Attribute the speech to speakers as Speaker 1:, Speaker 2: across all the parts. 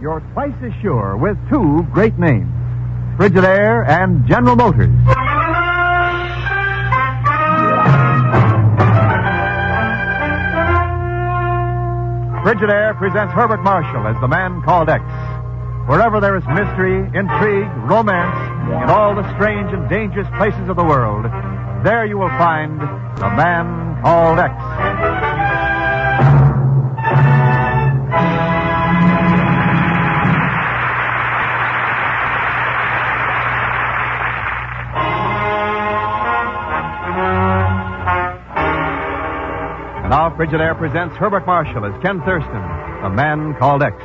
Speaker 1: You're twice as sure with two great names Frigidaire and General Motors. Frigidaire presents Herbert Marshall as the man called X. Wherever there is mystery, intrigue, romance, in all the strange and dangerous places of the world, there you will find the man called X. And now Frigidaire presents Herbert Marshall as Ken Thurston, the man called X.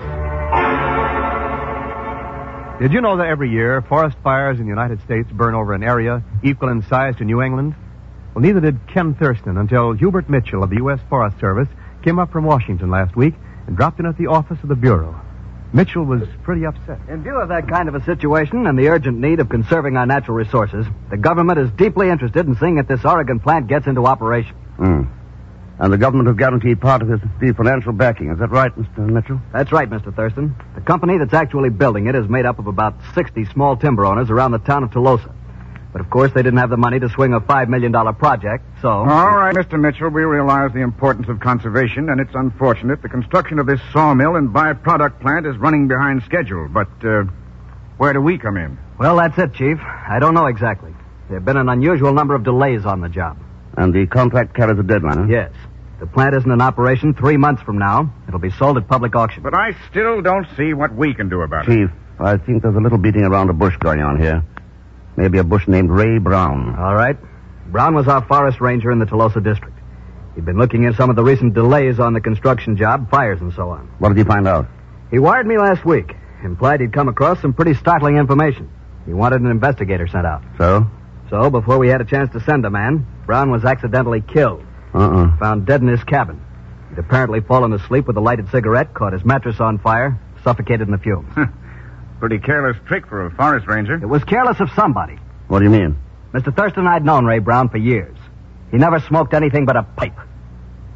Speaker 1: Did you know that every year forest fires in the United States burn over an area equal in size to New England? Well, neither did Ken Thurston until Hubert Mitchell of the U.S. Forest Service came up from Washington last week and dropped in at the office of the Bureau. Mitchell was pretty upset.
Speaker 2: In view of that kind of a situation and the urgent need of conserving our natural resources, the government is deeply interested in seeing that this Oregon plant gets into operation.
Speaker 3: Hmm. And the government will guarantee part of his the financial backing. Is that right, Mr. Mitchell?
Speaker 2: That's right, Mr. Thurston. The company that's actually building it is made up of about 60 small timber owners around the town of Tolosa. But of course, they didn't have the money to swing a $5 million project, so.
Speaker 4: All right, Mr. Mitchell, we realize the importance of conservation, and it's unfortunate the construction of this sawmill and byproduct plant is running behind schedule. But uh, where do we come in?
Speaker 2: Well, that's it, Chief. I don't know exactly. There have been an unusual number of delays on the job.
Speaker 3: And the contract carries a deadline, huh?
Speaker 2: Yes. The plant isn't in operation three months from now. It'll be sold at public auction.
Speaker 4: But I still don't see what we can do about it.
Speaker 3: Chief, I think there's a little beating around the bush going on here. Maybe a bush named Ray Brown.
Speaker 2: All right. Brown was our forest ranger in the Tolosa district. He'd been looking in some of the recent delays on the construction job, fires and so on.
Speaker 3: What did you find out?
Speaker 2: He wired me last week, implied he'd come across some pretty startling information. He wanted an investigator sent out.
Speaker 3: So?
Speaker 2: So, before we had a chance to send a man, Brown was accidentally killed,
Speaker 3: Uh-uh.
Speaker 2: found dead in his cabin. He'd apparently fallen asleep with a lighted cigarette, caught his mattress on fire, suffocated in the fumes.
Speaker 4: Pretty careless trick for a forest ranger.
Speaker 2: it was careless of somebody.
Speaker 3: What do you mean?
Speaker 2: Mr. Thurston, I'd known Ray Brown for years. He never smoked anything but a pipe.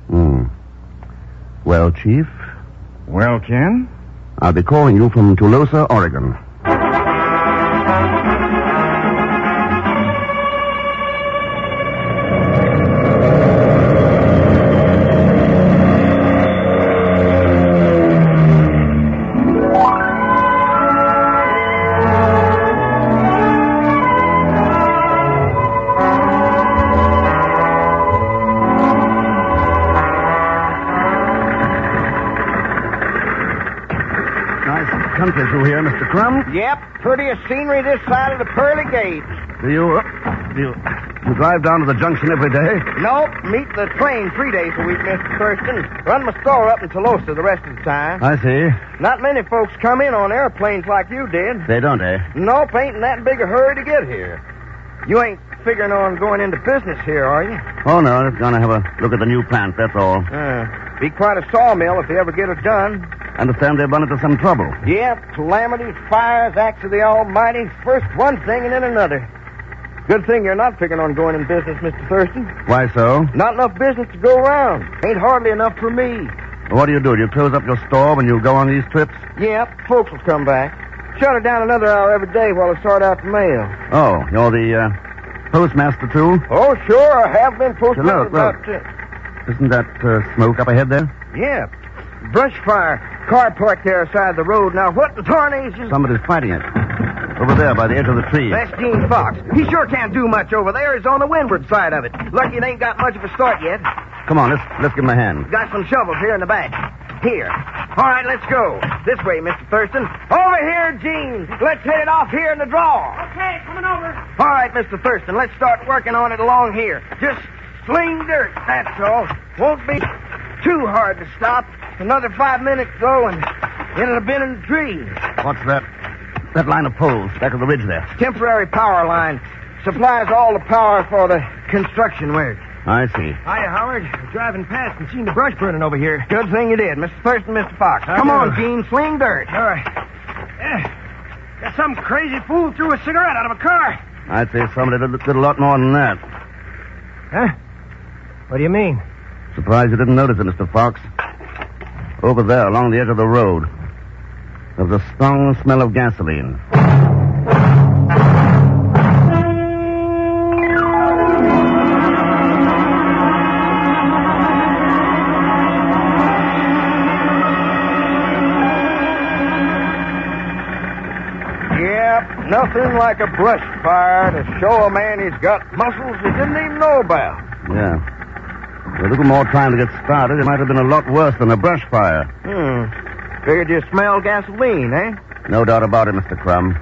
Speaker 3: Hmm. Well, Chief,
Speaker 4: Well, Ken?
Speaker 3: I'll be calling you from Tolosa, Oregon. Nice country through here, Mr. Crumb.
Speaker 5: Yep, prettiest scenery this side of the pearly gates.
Speaker 3: Do you, uh, do you, you drive down to the junction every day?
Speaker 5: Nope, meet the train three days a week, Mr. Thurston. Run my store up in Tolosa the rest of the time.
Speaker 3: I see.
Speaker 5: Not many folks come in on airplanes like you did.
Speaker 3: They don't, eh?
Speaker 5: Nope, ain't in that big a hurry to get here. You ain't figuring on going into business here, are you?
Speaker 3: Oh, no, just going to have a look at the new plant, that's all.
Speaker 5: Uh, be quite a sawmill if they ever get it done.
Speaker 3: Understand they've run into some trouble.
Speaker 5: Yep, calamities, fires, acts of the Almighty. First one thing and then another. Good thing you're not figuring on going in business, Mr. Thurston.
Speaker 3: Why so?
Speaker 5: Not enough business to go around. Ain't hardly enough for me.
Speaker 3: What do you do? Do you close up your store when you go on these trips?
Speaker 5: Yep, folks will come back. Shut her down another hour every day while I sort out the mail.
Speaker 3: Oh, you're the uh, postmaster, too?
Speaker 5: Oh, sure, I have been posting
Speaker 3: Look,
Speaker 5: about...
Speaker 3: look. Isn't that uh, smoke up ahead there?
Speaker 5: Uh, yeah, brush fire. Car parked there side the road. Now, what in tarnation?
Speaker 3: Somebody's fighting it. Over there by the edge of the tree.
Speaker 5: That's Gene Fox. He sure can't do much over there. He's on the windward side of it. Lucky it ain't got much of a start yet.
Speaker 3: Come on, let's, let's give him a hand.
Speaker 5: Got some shovels here in the back. Here. All right, let's go. This way, Mr. Thurston. Over here, Gene. Let's hit it off here in the draw. Okay, coming over. All right, Mr. Thurston, let's start working on it along here. Just Fling dirt, that's all. Won't be too hard to stop. Another five minutes, though, and it'll have been in the trees.
Speaker 3: What's that? That line of poles back of the ridge there.
Speaker 5: Temporary power line supplies all the power for the construction work.
Speaker 3: I see.
Speaker 5: Hiya, Howard. Driving past and seen the brush burning over here. Good thing you did, Mr. Thurston, Mr. Fox. Come on, Gene, sling dirt. All right. Yeah. Some crazy fool threw a cigarette out of a car.
Speaker 3: I'd say somebody did, did a lot more than that.
Speaker 5: Huh? What do you mean?
Speaker 3: Surprised you didn't notice it, Mr. Fox. Over there, along the edge of the road, there's a strong smell of gasoline.
Speaker 5: Yep, nothing like a brush fire to show a man he's got muscles he didn't even know about.
Speaker 3: Yeah. With a little more time to get started, it might have been a lot worse than a brush fire.
Speaker 5: Hmm. Figured you smelled gasoline, eh?
Speaker 3: No doubt about it, Mr. Crumb.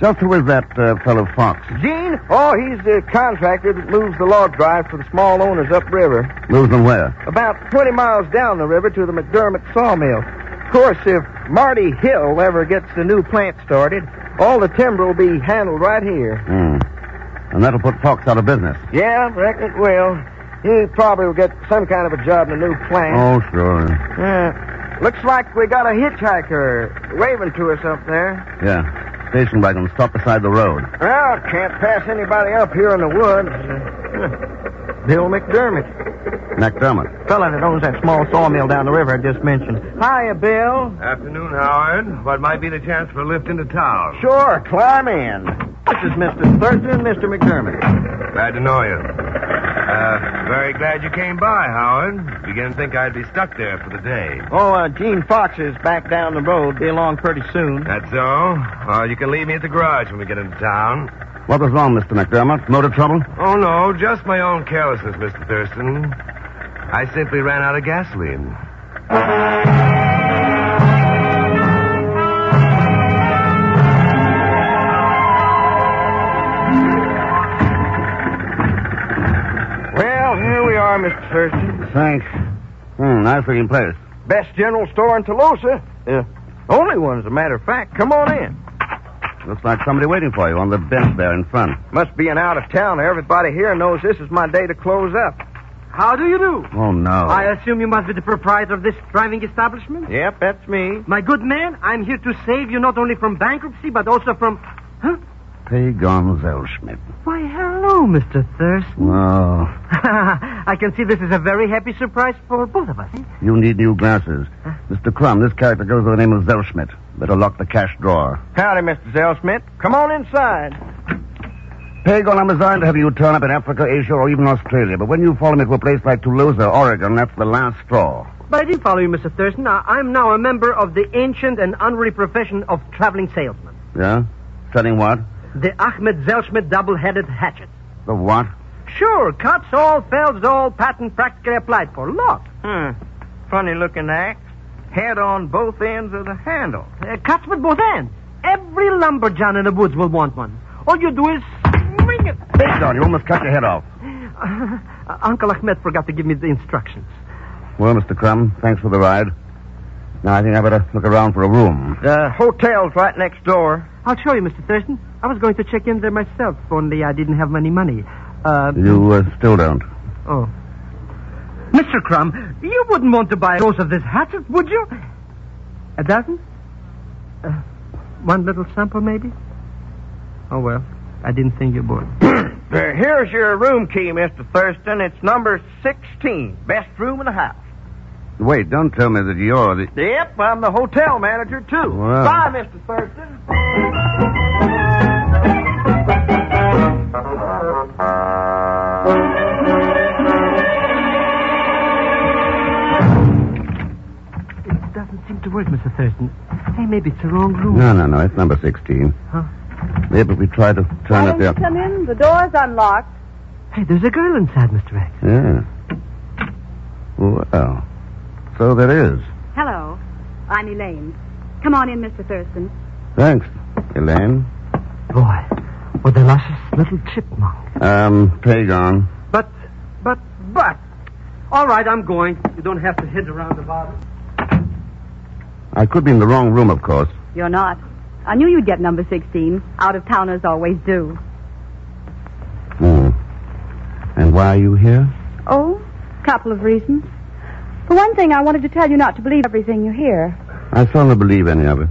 Speaker 3: Just who is that uh, fellow Fox?
Speaker 5: Gene? Oh, he's the contractor that moves the log drive for the small owners upriver.
Speaker 3: Moves them where?
Speaker 5: about 20 miles down the river to the McDermott sawmill. Of course, if Marty Hill ever gets the new plant started, all the timber will be handled right here.
Speaker 3: Hmm. And that'll put Fox out of business.
Speaker 5: Yeah, reckon it will. He probably will get some kind of a job in the new plant.
Speaker 3: Oh, sure.
Speaker 5: Yeah. Looks like we got a hitchhiker waving to us up there.
Speaker 3: Yeah. Station wagon stopped beside the road.
Speaker 5: Well, can't pass anybody up here in the woods. Bill McDermott,
Speaker 3: McDermott.
Speaker 5: fella that owns that small sawmill down the river I just mentioned. Hiya, Bill.
Speaker 4: Afternoon, Howard. What might be the chance for a lift into town?
Speaker 5: Sure, climb in. This is Mr. Thurston and Mr. McDermott.
Speaker 4: Glad to know you. Uh, very glad you came by, Howard. Began to think I'd be stuck there for the day.
Speaker 5: Oh, uh, Gene Fox is back down the road. Be along pretty soon.
Speaker 4: That's all. Well, you can leave me at the garage when we get into town.
Speaker 3: What was wrong, Mr. McDermott? Motor trouble?
Speaker 4: Oh, no, just my own carelessness, Mr. Thurston. I simply ran out of gasoline.
Speaker 5: Well, here we are, Mr. Thurston.
Speaker 3: Thanks. Hmm, nice looking place.
Speaker 5: Best general store in Tolosa. Yeah. Only one, as a matter of fact. Come on in.
Speaker 3: Looks like somebody waiting for you on the bench there in front.
Speaker 5: Must be an out of towner. Everybody here knows this is my day to close up.
Speaker 6: How do you do?
Speaker 3: Oh, no.
Speaker 6: I assume you must be the proprietor of this driving establishment?
Speaker 5: Yep, that's me.
Speaker 6: My good man, I'm here to save you not only from bankruptcy, but also from. Huh?
Speaker 3: P. Gonzo Schmidt.
Speaker 6: Why, hello, Mr. Thurston.
Speaker 3: Oh,
Speaker 6: I can see this is a very happy surprise for both of us. eh?
Speaker 3: you need new glasses.
Speaker 7: Ah.
Speaker 3: Mr. Crumb, this character goes by the name of Zellschmidt. Better lock the cash drawer.
Speaker 5: Howdy, Mr. Zellsmith. Come on inside.
Speaker 3: Pagon, I'm resigned to have you turn up in Africa, Asia, or even Australia, but when you follow me to a place like Toulouse, Oregon, that's the last straw.
Speaker 6: But I did follow you, Mr. Thurston. I- I'm now a member of the ancient and honorary profession of traveling salesman,
Speaker 3: Yeah? Selling what?
Speaker 6: the Ahmed Zelschmidt double headed hatchet.
Speaker 3: The what?
Speaker 6: Sure, cuts all, fells all, patent practically applied for. Look.
Speaker 5: Hmm. Funny looking axe. Head on both ends of the handle.
Speaker 6: Uh, cuts with both ends. Every lumberjan in the woods will want one. All you do is swing it.
Speaker 3: Pagon, you almost cut your head off.
Speaker 6: Uh, Uncle Ahmed forgot to give me the instructions.
Speaker 3: Well, Mr. Crumb, thanks for the ride. Now, I think I better look around for a room.
Speaker 5: The hotel's right next door.
Speaker 6: I'll show you, Mr. Thurston. I was going to check in there myself, only I didn't have any money. Uh,
Speaker 3: You uh, still don't.
Speaker 6: oh. Mr. Crumb, you wouldn't want to buy a dose of this hatchet, would you? A dozen? Uh, one little sample, maybe? Oh, well, I didn't think you would.
Speaker 5: Uh, here's your room key, Mr. Thurston. It's number 16. Best room in the house.
Speaker 3: Wait, don't tell me that you're the.
Speaker 5: Yep, I'm the hotel manager, too.
Speaker 3: Wow.
Speaker 5: Bye, Mr. Thurston.
Speaker 6: It doesn't seem to work, Mr. Thurston. Hey, maybe it's the wrong room.
Speaker 3: No, no, no. It's number 16.
Speaker 6: Huh?
Speaker 3: Maybe if we try to turn
Speaker 7: Why
Speaker 3: it
Speaker 7: don't you
Speaker 3: there.
Speaker 7: come in? The door's unlocked.
Speaker 6: Hey, there's a girl inside, Mr. X.
Speaker 3: Yeah. Well, so there is.
Speaker 7: Hello. I'm Elaine. Come on in, Mr. Thurston.
Speaker 3: Thanks, Elaine.
Speaker 6: Boy, what a luscious little chipmunk.
Speaker 3: Um, Pagon.
Speaker 6: But But, but. All right, I'm going. You don't have to hit around the bottom.
Speaker 3: I could be in the wrong room, of course.
Speaker 7: You're not. I knew you'd get number 16. Out of towners always do.
Speaker 3: Hmm. And why are you here?
Speaker 7: Oh, couple of reasons. For one thing, I wanted to tell you not to believe everything you hear.
Speaker 3: I still don't believe any of it.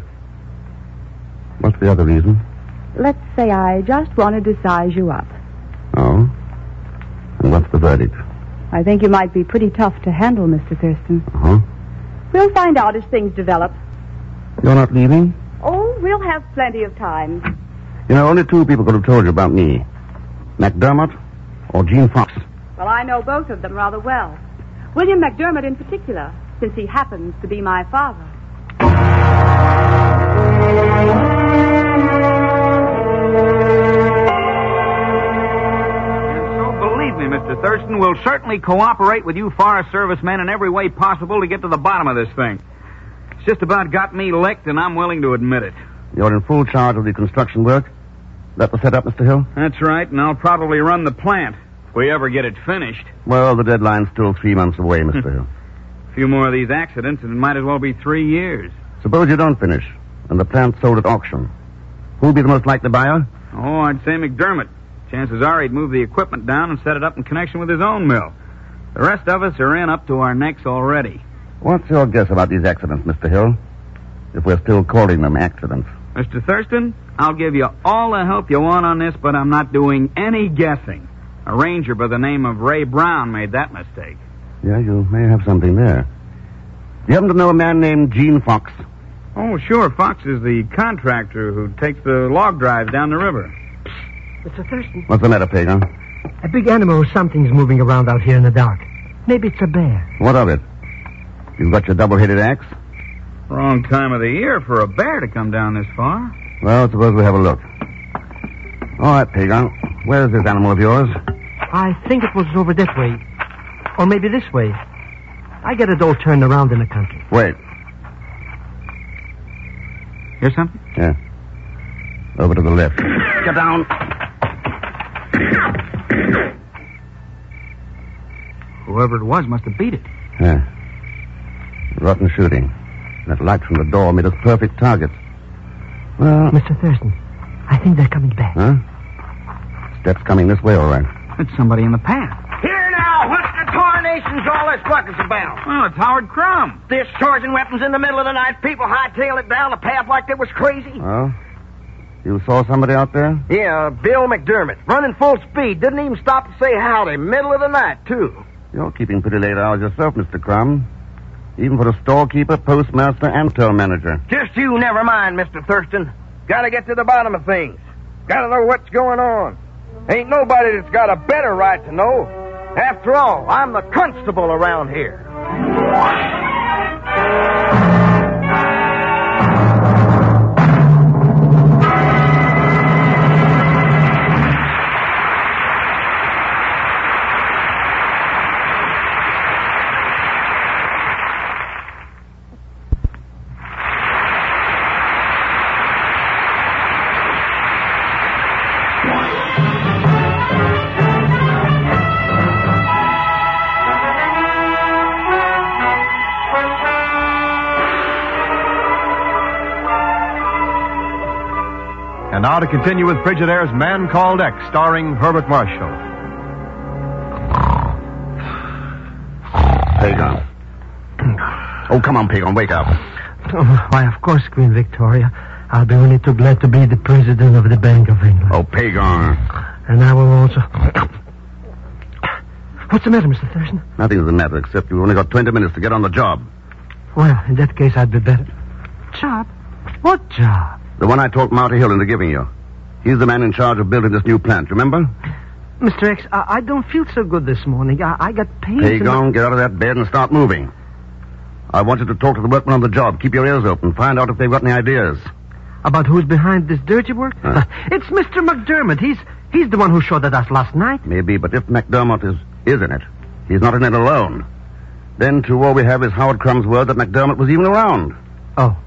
Speaker 3: What's the other reason?
Speaker 7: Let's say I just wanted to size you up.
Speaker 3: Oh? And what's the verdict?
Speaker 7: I think you might be pretty tough to handle, Mr. Thurston.
Speaker 3: Uh-huh.
Speaker 7: We'll find out as things develop.
Speaker 3: You're not leaving?
Speaker 7: Oh, we'll have plenty of time.
Speaker 3: You know, only two people could have told you about me. McDermott or Gene Fox.
Speaker 7: Well, I know both of them rather well. William McDermott in particular, since he happens to be my father.
Speaker 8: Oh, Believe me, Mr. Thurston, we'll certainly cooperate with you Forest Service men in every way possible to get to the bottom of this thing. It's just about got me licked, and I'm willing to admit it.
Speaker 3: You're in full charge of the construction work. That was set up, Mr. Hill?
Speaker 8: That's right, and I'll probably run the plant if we ever get it finished.
Speaker 3: Well, the deadline's still three months away, Mr. Hill.
Speaker 8: A few more of these accidents, and it might as well be three years.
Speaker 3: Suppose you don't finish, and the plant's sold at auction. Who'll be the most likely buyer?
Speaker 8: Oh, I'd say McDermott. Chances are he'd move the equipment down and set it up in connection with his own mill. The rest of us are in up to our necks already.
Speaker 3: What's your guess about these accidents, Mr. Hill? If we're still calling them accidents.
Speaker 8: Mr. Thurston, I'll give you all the help you want on this, but I'm not doing any guessing. A ranger by the name of Ray Brown made that mistake.
Speaker 3: Yeah, you may have something there. You happen to know a man named Gene Fox?
Speaker 8: Oh, sure. Fox is the contractor who takes the log drives down the river.
Speaker 6: Mr. Thurston,
Speaker 3: What's the matter, Pedro?
Speaker 6: a big animal or something's moving around out here in the dark. Maybe it's a bear.
Speaker 3: What of it? You've got your double-headed axe?
Speaker 8: Wrong time of the year for a bear to come down this far.
Speaker 3: Well, suppose we have a look. All right, Pedro. Where is this animal of yours?
Speaker 6: I think it was over that way. Or maybe this way. I get it all turned around in the country.
Speaker 3: Wait.
Speaker 8: Hear something?
Speaker 3: Yeah. Over to the left.
Speaker 8: Get down. Whoever it was must have beat it.
Speaker 3: Yeah. Rotten shooting. That light from the door made us perfect targets. Well,
Speaker 6: Mr. Thurston, I think they're coming back.
Speaker 3: huh? Steps coming this way, all right.
Speaker 8: It's somebody in the path.
Speaker 5: Here now! What the tarnation's all this bucket's about?
Speaker 8: Well, it's Howard Crumb.
Speaker 5: Discharging weapons in the middle of the night, people hightail it down the path like they was crazy.
Speaker 3: Well, you saw somebody out there?
Speaker 5: Yeah, uh, Bill McDermott, running full speed, didn't even stop to say howdy, middle of the night, too.
Speaker 3: You're keeping pretty late hours yourself, Mr. Crumb. Even for a storekeeper, postmaster, and tow manager.
Speaker 5: Just you never mind, Mr. Thurston. Gotta get to the bottom of things. Gotta know what's going on. Ain't nobody that's got a better right to know. After all, I'm the constable around here.
Speaker 1: And now to continue with Frigidaire's Man Called X, starring Herbert Marshall.
Speaker 3: Pagon. Oh, come on, Pagon, wake up.
Speaker 6: Oh, why, of course, Queen Victoria. I'll be only too glad to be the president of the Bank of England.
Speaker 3: Oh, Pagon.
Speaker 6: And I will also. What's the matter, Mr. Thurston?
Speaker 3: Nothing's the matter except you've only got 20 minutes to get on the job.
Speaker 6: Well, in that case, I'd be better. Job? What job?
Speaker 3: The one I talked Marty Hill into giving you. He's the man in charge of building this new plant, remember?
Speaker 6: Mr. X, I, I don't feel so good this morning. I, I got pains. in my-
Speaker 3: Pagon, get out of that bed and start moving. I want you to talk to the workmen on the job. Keep your ears open. Find out if they've got any ideas.
Speaker 6: About who's behind this dirty work? Uh,
Speaker 3: Huh?
Speaker 6: It's Mr. McDermott. He's he's the one who shot at us last night.
Speaker 3: Maybe, but if McDermott is, is in it, he's not in it alone. Then, too, all we have is Howard Crumb's word that McDermott was even around.
Speaker 6: Oh.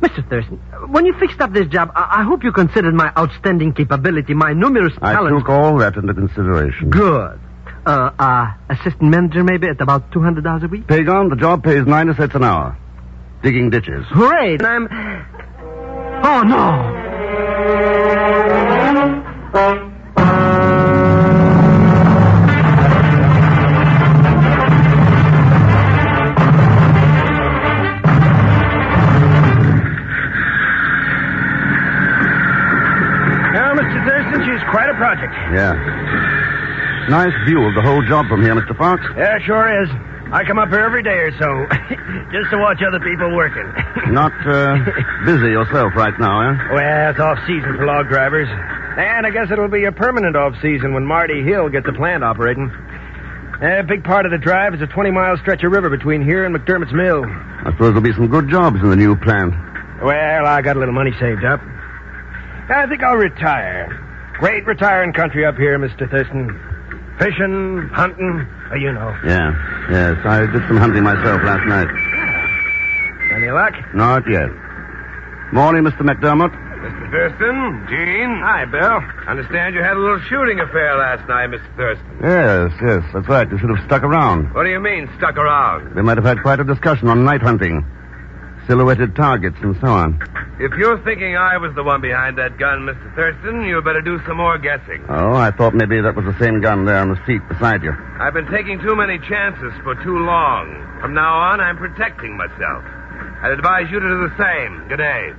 Speaker 6: Mr. Thurston, when you fixed up this job, I, I hope you considered my outstanding capability, my numerous
Speaker 3: I
Speaker 6: talents.
Speaker 3: took all that into consideration.
Speaker 6: Good. uh, uh, assistant manager maybe at about $200 a week.
Speaker 3: Pagon, the job pays 90 cents an hour. Digging ditches.
Speaker 6: Hooray! And I'm. Oh, no!
Speaker 9: Now, Mr. Thurston, she's quite a project.
Speaker 3: Yeah. Nice view of the whole job from here, Mr. Fox.
Speaker 9: Yeah, sure is. I come up here every day or so, just to watch other people working.
Speaker 3: Not uh, busy yourself right now, eh?
Speaker 9: Well, it's off season for log drivers. And I guess it'll be a permanent off season when Marty Hill gets the plant operating. A big part of the drive is a 20 mile stretch of river between here and McDermott's mill.
Speaker 3: I suppose there'll be some good jobs in the new plant.
Speaker 9: Well, I got a little money saved up. I think I'll retire. Great retiring country up here, Mr. Thurston. Fishing, hunting, uh, you know.
Speaker 3: Yeah, yes. I did some hunting myself last night.
Speaker 9: Any luck?
Speaker 3: Not yet. Morning, Mr. McDermott.
Speaker 10: Mr. Thurston, Gene. Hi, Bill. Understand you had a little shooting affair last night, Mr. Thurston.
Speaker 3: Yes, yes, that's right. You should have stuck around.
Speaker 10: What do you mean, stuck around?
Speaker 3: They might have had quite a discussion on night hunting, silhouetted targets, and so on.
Speaker 10: If you're thinking I was the one behind that gun, Mr. Thurston, you better do some more guessing.
Speaker 3: Oh, I thought maybe that was the same gun there on the seat beside you.
Speaker 10: I've been taking too many chances for too long. From now on, I'm protecting myself. I'd advise you to do the same. Good day.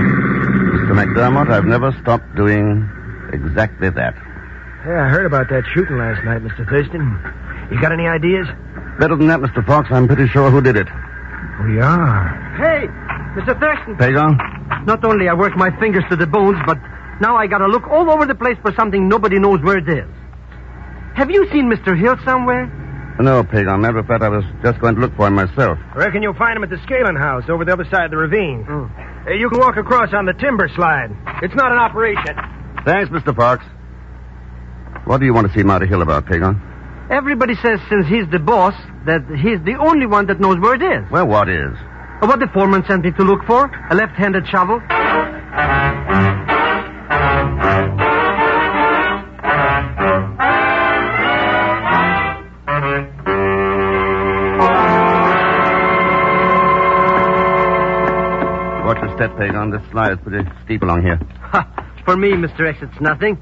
Speaker 3: Mr. McDermott, I've never stopped doing exactly that.
Speaker 11: Yeah, I heard about that shooting last night, Mr. Thurston. You got any ideas?
Speaker 3: Better than that, Mr. Fox, I'm pretty sure who did it.
Speaker 11: Oh, We are.
Speaker 6: Hey, Mr. Thurston.
Speaker 3: Pagon?
Speaker 6: Not only I worked my fingers to the bones, but now I gotta look all over the place for something nobody knows where it is. Have you seen Mr. Hill somewhere?
Speaker 3: No, Pagon. Matter of fact, I was just going to look for him myself.
Speaker 11: Reckon you'll find him at the Scalen House over the other side of the ravine.
Speaker 6: Hmm.
Speaker 11: Hey, you can walk across on the timber slide. It's not an operation.
Speaker 3: Thanks, Mr. Fox. What do you want to see Marty Hill about, Pagon?
Speaker 6: Everybody says since he's the boss that he's the only one that knows where it is.
Speaker 3: Well, what is?
Speaker 6: What the foreman sent me to look for? A left-handed shovel?
Speaker 3: Watch your step, Pagon. This slide is pretty steep along here.
Speaker 6: For me, Mr. X, it's nothing.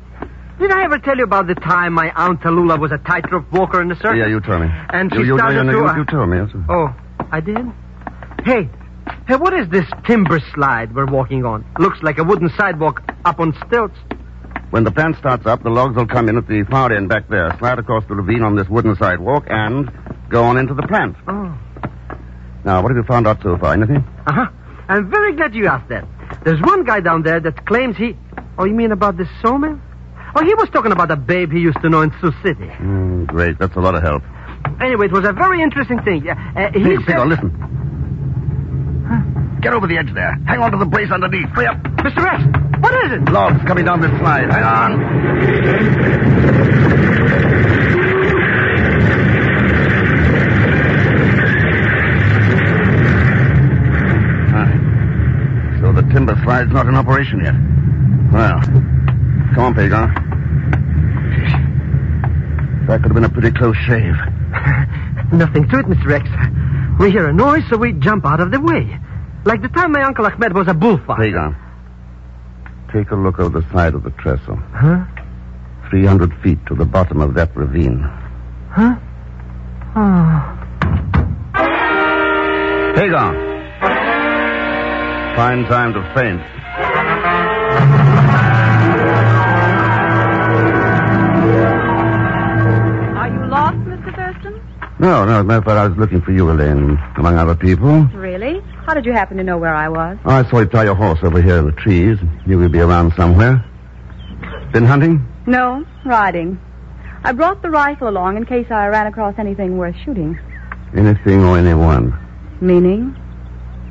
Speaker 6: Did I ever tell you about the time my Aunt Tallulah was a tightrope walker in the circus?
Speaker 3: Yeah, you tell me.
Speaker 6: And
Speaker 3: you,
Speaker 6: she
Speaker 3: you,
Speaker 6: started
Speaker 3: you,
Speaker 6: to,
Speaker 3: you,
Speaker 6: uh,
Speaker 3: you tell me. Yes.
Speaker 6: Oh, I did? Hey, hey, what is this timber slide we're walking on? Looks like a wooden sidewalk up on stilts.
Speaker 3: When the plant starts up, the logs will come in at the far end back there, slide across the ravine on this wooden sidewalk, and go on into the plant.
Speaker 6: Oh.
Speaker 3: Now, what have you found out so far? Anything?
Speaker 6: Uh huh. I'm very glad you asked that. There's one guy down there that claims he. Oh, you mean about this sawmill? Oh, he was talking about a babe he used to know in Sioux City.
Speaker 3: Mm, great. That's a lot of help.
Speaker 6: Anyway, it was a very interesting thing. Uh, uh, he
Speaker 3: Hey,
Speaker 6: said-
Speaker 3: Pagon, listen. Get over the edge there. Hang on to the brace underneath. Hurry up.
Speaker 6: Mr. S, what is it?
Speaker 3: Logs coming down this slide. Hang on. Aye. So the timber slide's not in operation yet. Well, come on, Pagon. That could have been a pretty close shave.
Speaker 6: Nothing to it, Mr. Rex. We hear a noise, so we jump out of the way. Like the time my Uncle Ahmed was a bullfighter.
Speaker 3: Pagon, take a look over the side of the trestle.
Speaker 6: Huh?
Speaker 3: 300 feet to the bottom of that ravine.
Speaker 6: Huh? Oh.
Speaker 3: Pagon! Fine time to faint.
Speaker 7: Are you lost, Mr. Thurston?
Speaker 3: No, no, as a matter of fact, I was looking for you, Elaine, among other people.
Speaker 7: Really? How did you happen to know where I was?
Speaker 3: Oh, I saw you tie your horse over here in the trees. Knew you'd be around somewhere. Been hunting?
Speaker 7: No, riding. I brought the rifle along in case I ran across anything worth shooting.
Speaker 3: Anything or anyone.
Speaker 7: Meaning?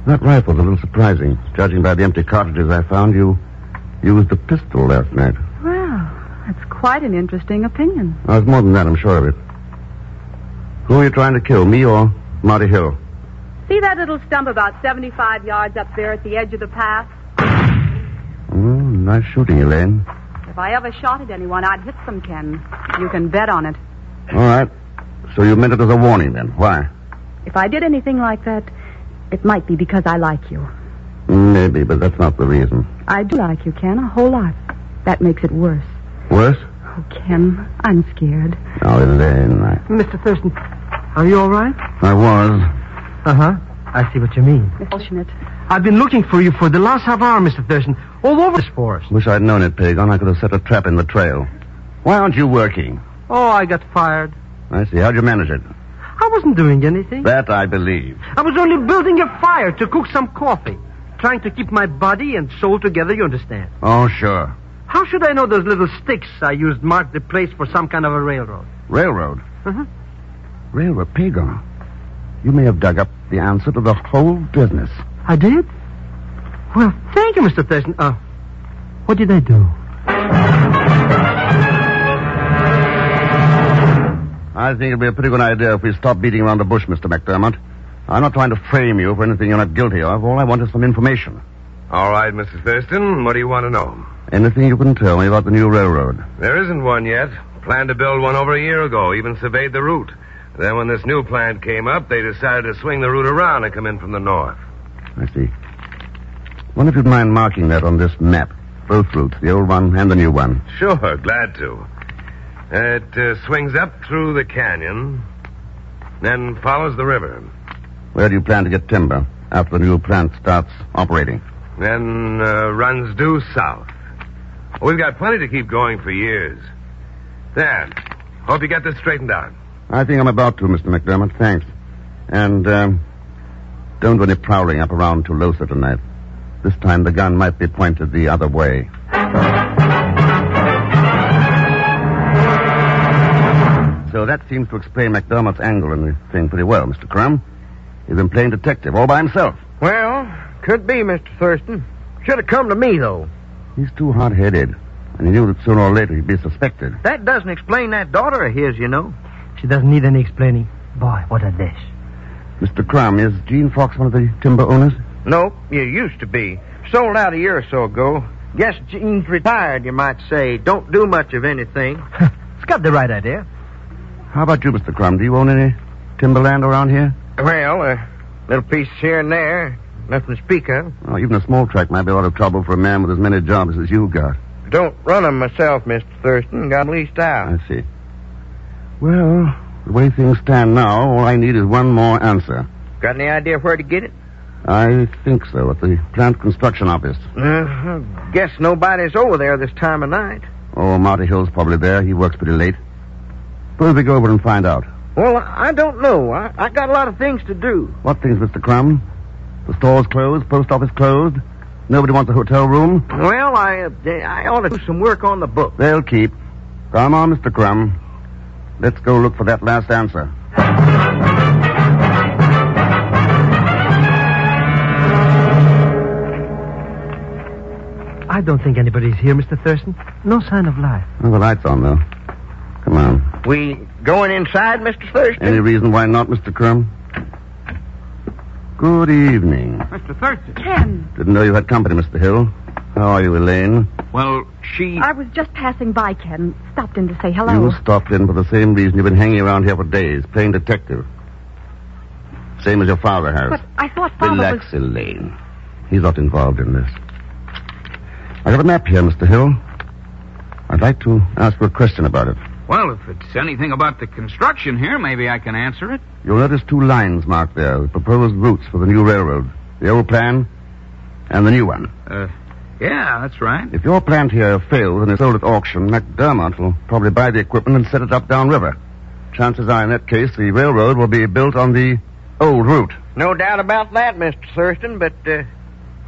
Speaker 3: That rifle's a little surprising. Judging by the empty cartridges I found, you used a pistol last night.
Speaker 7: Well, that's quite an interesting opinion.
Speaker 3: I was more than that, I'm sure of it. Who are you trying to kill, me or Marty Hill?
Speaker 7: See that little stump about 75 yards up there at the edge of the path?
Speaker 3: Oh, nice shooting, Elaine.
Speaker 7: If I ever shot at anyone, I'd hit them, Ken. You can bet on it.
Speaker 3: All right. So you meant it as a warning then. Why?
Speaker 12: If I did anything like that, it might be because I like you.
Speaker 3: Maybe, but that's not the reason.
Speaker 12: I do like you, Ken, a whole lot. That makes it worse.
Speaker 3: Worse?
Speaker 12: Oh, Ken, I'm scared.
Speaker 3: No, it ain't. I,
Speaker 6: Mr. Thurston, are you all right?
Speaker 3: I was.
Speaker 6: Uh huh. I see what you mean.
Speaker 12: Fortunate.
Speaker 6: I've been looking for you for the last half hour, Mr. Thurston, all over this forest.
Speaker 3: Wish I'd known it, Pagon. I could have set a trap in the trail. Why aren't you working?
Speaker 6: Oh, I got fired.
Speaker 3: I see. How'd you manage it?
Speaker 6: I wasn't doing anything.
Speaker 3: That I believe.
Speaker 6: I was only building a fire to cook some coffee, trying to keep my body and soul together, you understand.
Speaker 3: Oh, sure.
Speaker 6: How should I know those little sticks I used marked the place for some kind of a railroad?
Speaker 3: Railroad.
Speaker 6: Uh-huh.
Speaker 3: Railroad, Pagon. You may have dug up the answer to the whole business.
Speaker 6: I did? Well, thank you, Mr. Thurston. Uh, what did I do?
Speaker 3: I think it'd be a pretty good idea if we stop beating around the bush, Mr. McDermott. I'm not trying to frame you for anything you're not guilty of. All I want is some information.
Speaker 10: All right, Mr. Thurston, what do you want to know?
Speaker 3: Anything you can tell me about the new railroad.
Speaker 10: There isn't one yet. Planned to build one over a year ago, even surveyed the route. Then when this new plan came up, they decided to swing the route around and come in from the north.
Speaker 3: I see. Wonder if you'd mind marking that on this map. Both routes, the old one and the new one.
Speaker 10: Sure, glad to. It uh, swings up through the canyon, then follows the river.
Speaker 3: Where do you plan to get timber after the new plant starts operating?
Speaker 10: then uh, runs due south. We've got plenty to keep going for years. There. Hope you got this straightened out.
Speaker 3: I think I'm about to, Mr. McDermott. Thanks. And, um, don't do any prowling up around Tulsa tonight. This time the gun might be pointed the other way. So that seems to explain McDermott's angle in the thing pretty well, Mr. Crumb. He's been playing detective all by himself.
Speaker 5: Well, could be, Mr. Thurston. Should have come to me, though.
Speaker 3: He's too hot headed, and he knew that sooner or later he'd be suspected.
Speaker 5: That doesn't explain that daughter of his, you know.
Speaker 6: She doesn't need any explaining. Boy, what a dish.
Speaker 3: Mr. Crumb, is Gene Fox one of the timber owners?
Speaker 5: Nope, you used to be. Sold out a year or so ago. Guess Gene's retired, you might say. Don't do much of anything.
Speaker 6: He's got the right idea.
Speaker 3: How about you, Mr. Crumb? Do you own any timberland around here?
Speaker 5: Well, a little piece here and there. Nothing to speak of.
Speaker 3: Oh, even a small tract might be a lot of trouble for a man with as many jobs as you've got.
Speaker 5: Don't run 'em myself, Mr. Thurston. Got leased out.
Speaker 3: I see. Well, the way things stand now, all I need is one more answer.
Speaker 5: Got any idea where to get it?
Speaker 3: I think so, at the plant construction office.
Speaker 5: Uh, guess nobody's over there this time of night.
Speaker 3: Oh, Marty Hill's probably there. He works pretty late. Suppose we go over and find out.
Speaker 5: Well, I I don't know. I, I got a lot of things to do.
Speaker 3: What things, Mr. Crumb? The store's closed, post office closed. Nobody wants a hotel room.
Speaker 5: Well, I uh, I ought to do some work on the book.
Speaker 3: They'll keep. Come on, Mr. Crumb. Let's go look for that last answer.
Speaker 6: I don't think anybody's here, Mr. Thurston. No sign of life.
Speaker 3: Oh, the light's on, though. Come on.
Speaker 5: We going inside, Mr. Thurston?
Speaker 3: Any reason why not, Mr. Crumb? Good evening.
Speaker 8: Mr. Thurston.
Speaker 12: Ken,
Speaker 3: Didn't know you had company, Mr. Hill. How are you, Elaine?
Speaker 8: Well, she.
Speaker 12: I was just passing by, Ken. Stopped in to say hello.
Speaker 3: You stopped in for the same reason you've been hanging around here for days, playing detective. Same as your father has.
Speaker 12: But I thought Father
Speaker 3: Relax,
Speaker 12: was...
Speaker 3: Elaine. He's not involved in this. I got a map here, Mr. Hill. I'd like to ask you a question about it.
Speaker 8: Well, if it's anything about the construction here, maybe I can answer it.
Speaker 3: You'll notice two lines marked there, the proposed routes for the new railroad. The old plan and the new one.
Speaker 8: Uh, yeah, that's right.
Speaker 3: If your plant here fails and is sold at auction, McDermott will probably buy the equipment and set it up downriver. Chances are, in that case, the railroad will be built on the old route.
Speaker 5: No doubt about that, Mr. Thurston, but uh,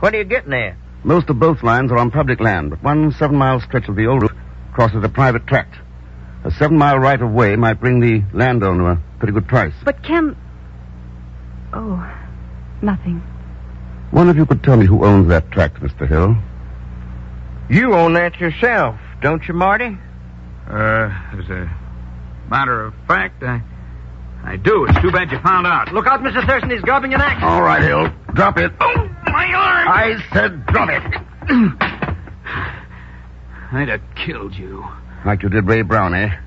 Speaker 5: what are you getting at?
Speaker 3: Most of both lines are on public land, but one seven mile stretch of the old route crosses a private tract. A seven mile right of way might bring the landowner a pretty good price.
Speaker 12: But Ken... Oh, nothing.
Speaker 3: One of you could tell me who owns that tract, Mr. Hill.
Speaker 5: You own that yourself, don't you, Marty?
Speaker 8: Uh, as a matter of fact, I, I do. It's too bad you found out. Look out, Mr. Thurston. He's grabbing an axe.
Speaker 3: All right, Hill. Drop it. Oh,
Speaker 8: my arm!
Speaker 3: I said drop it.
Speaker 8: I'd have killed you.
Speaker 3: Like you did Ray Brown, eh?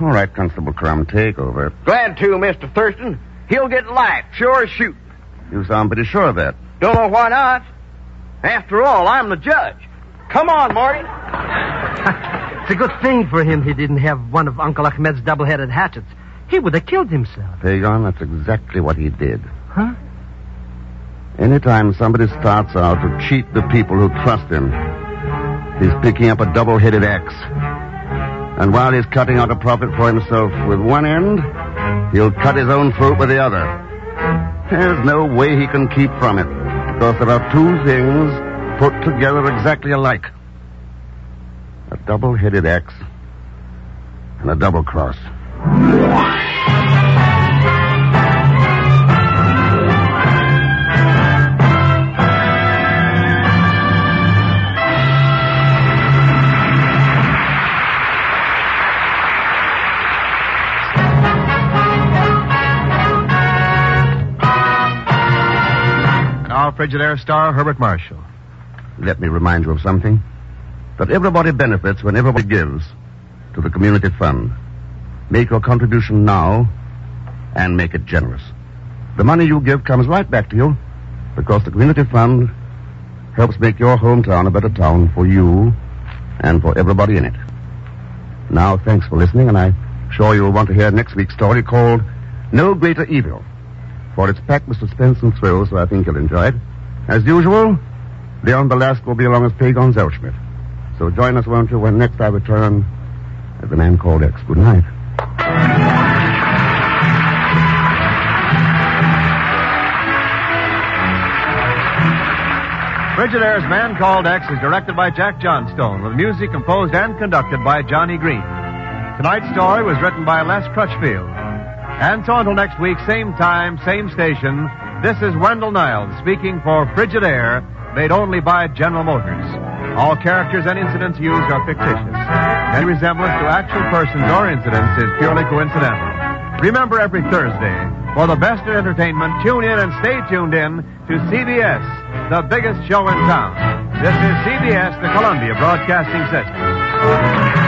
Speaker 3: All right, Constable Crumb, take over.
Speaker 5: Glad to, Mr. Thurston. He'll get life, sure as shoot.
Speaker 3: You sound pretty sure of that.
Speaker 5: Don't know why not. After all, I'm the judge. Come on, Marty.
Speaker 6: It's a good thing for him he didn't have one of Uncle Ahmed's double headed hatchets. He would have killed himself.
Speaker 3: Pagon, that's exactly what he did.
Speaker 6: Huh?
Speaker 3: Anytime somebody starts out to cheat the people who trust him, he's picking up a double headed axe. And while he's cutting out a profit for himself with one end, he'll cut his own throat with the other. There's no way he can keep from it, because there are two things put together exactly alike a double headed axe and a double cross.
Speaker 1: And our Frigidaire star, Herbert Marshall.
Speaker 3: Let me remind you of something that everybody benefits when everybody gives to the community fund. Make your contribution now and make it generous. The money you give comes right back to you because the community fund helps make your hometown a better town for you and for everybody in it. Now, thanks for listening, and I'm sure you'll want to hear next week's story called No Greater Evil, for it's packed with suspense and thrill, so I think you'll enjoy it. As usual, Leon Belast will be along as Pagon Zellschmidt. So join us, won't you, when next I return as the man called X. Good night.
Speaker 1: Frigidaire's Man Called X is directed by Jack Johnstone, with music composed and conducted by Johnny Green. Tonight's story was written by Les Crutchfield. And so until next week, same time, same station, this is Wendell Niles speaking for Frigidaire, made only by General Motors. All characters and incidents used are fictitious. Any resemblance to actual persons or incidents is purely coincidental. Remember every Thursday, for the best in entertainment, tune in and stay tuned in to CBS, the biggest show in town. This is CBS, the Columbia Broadcasting System.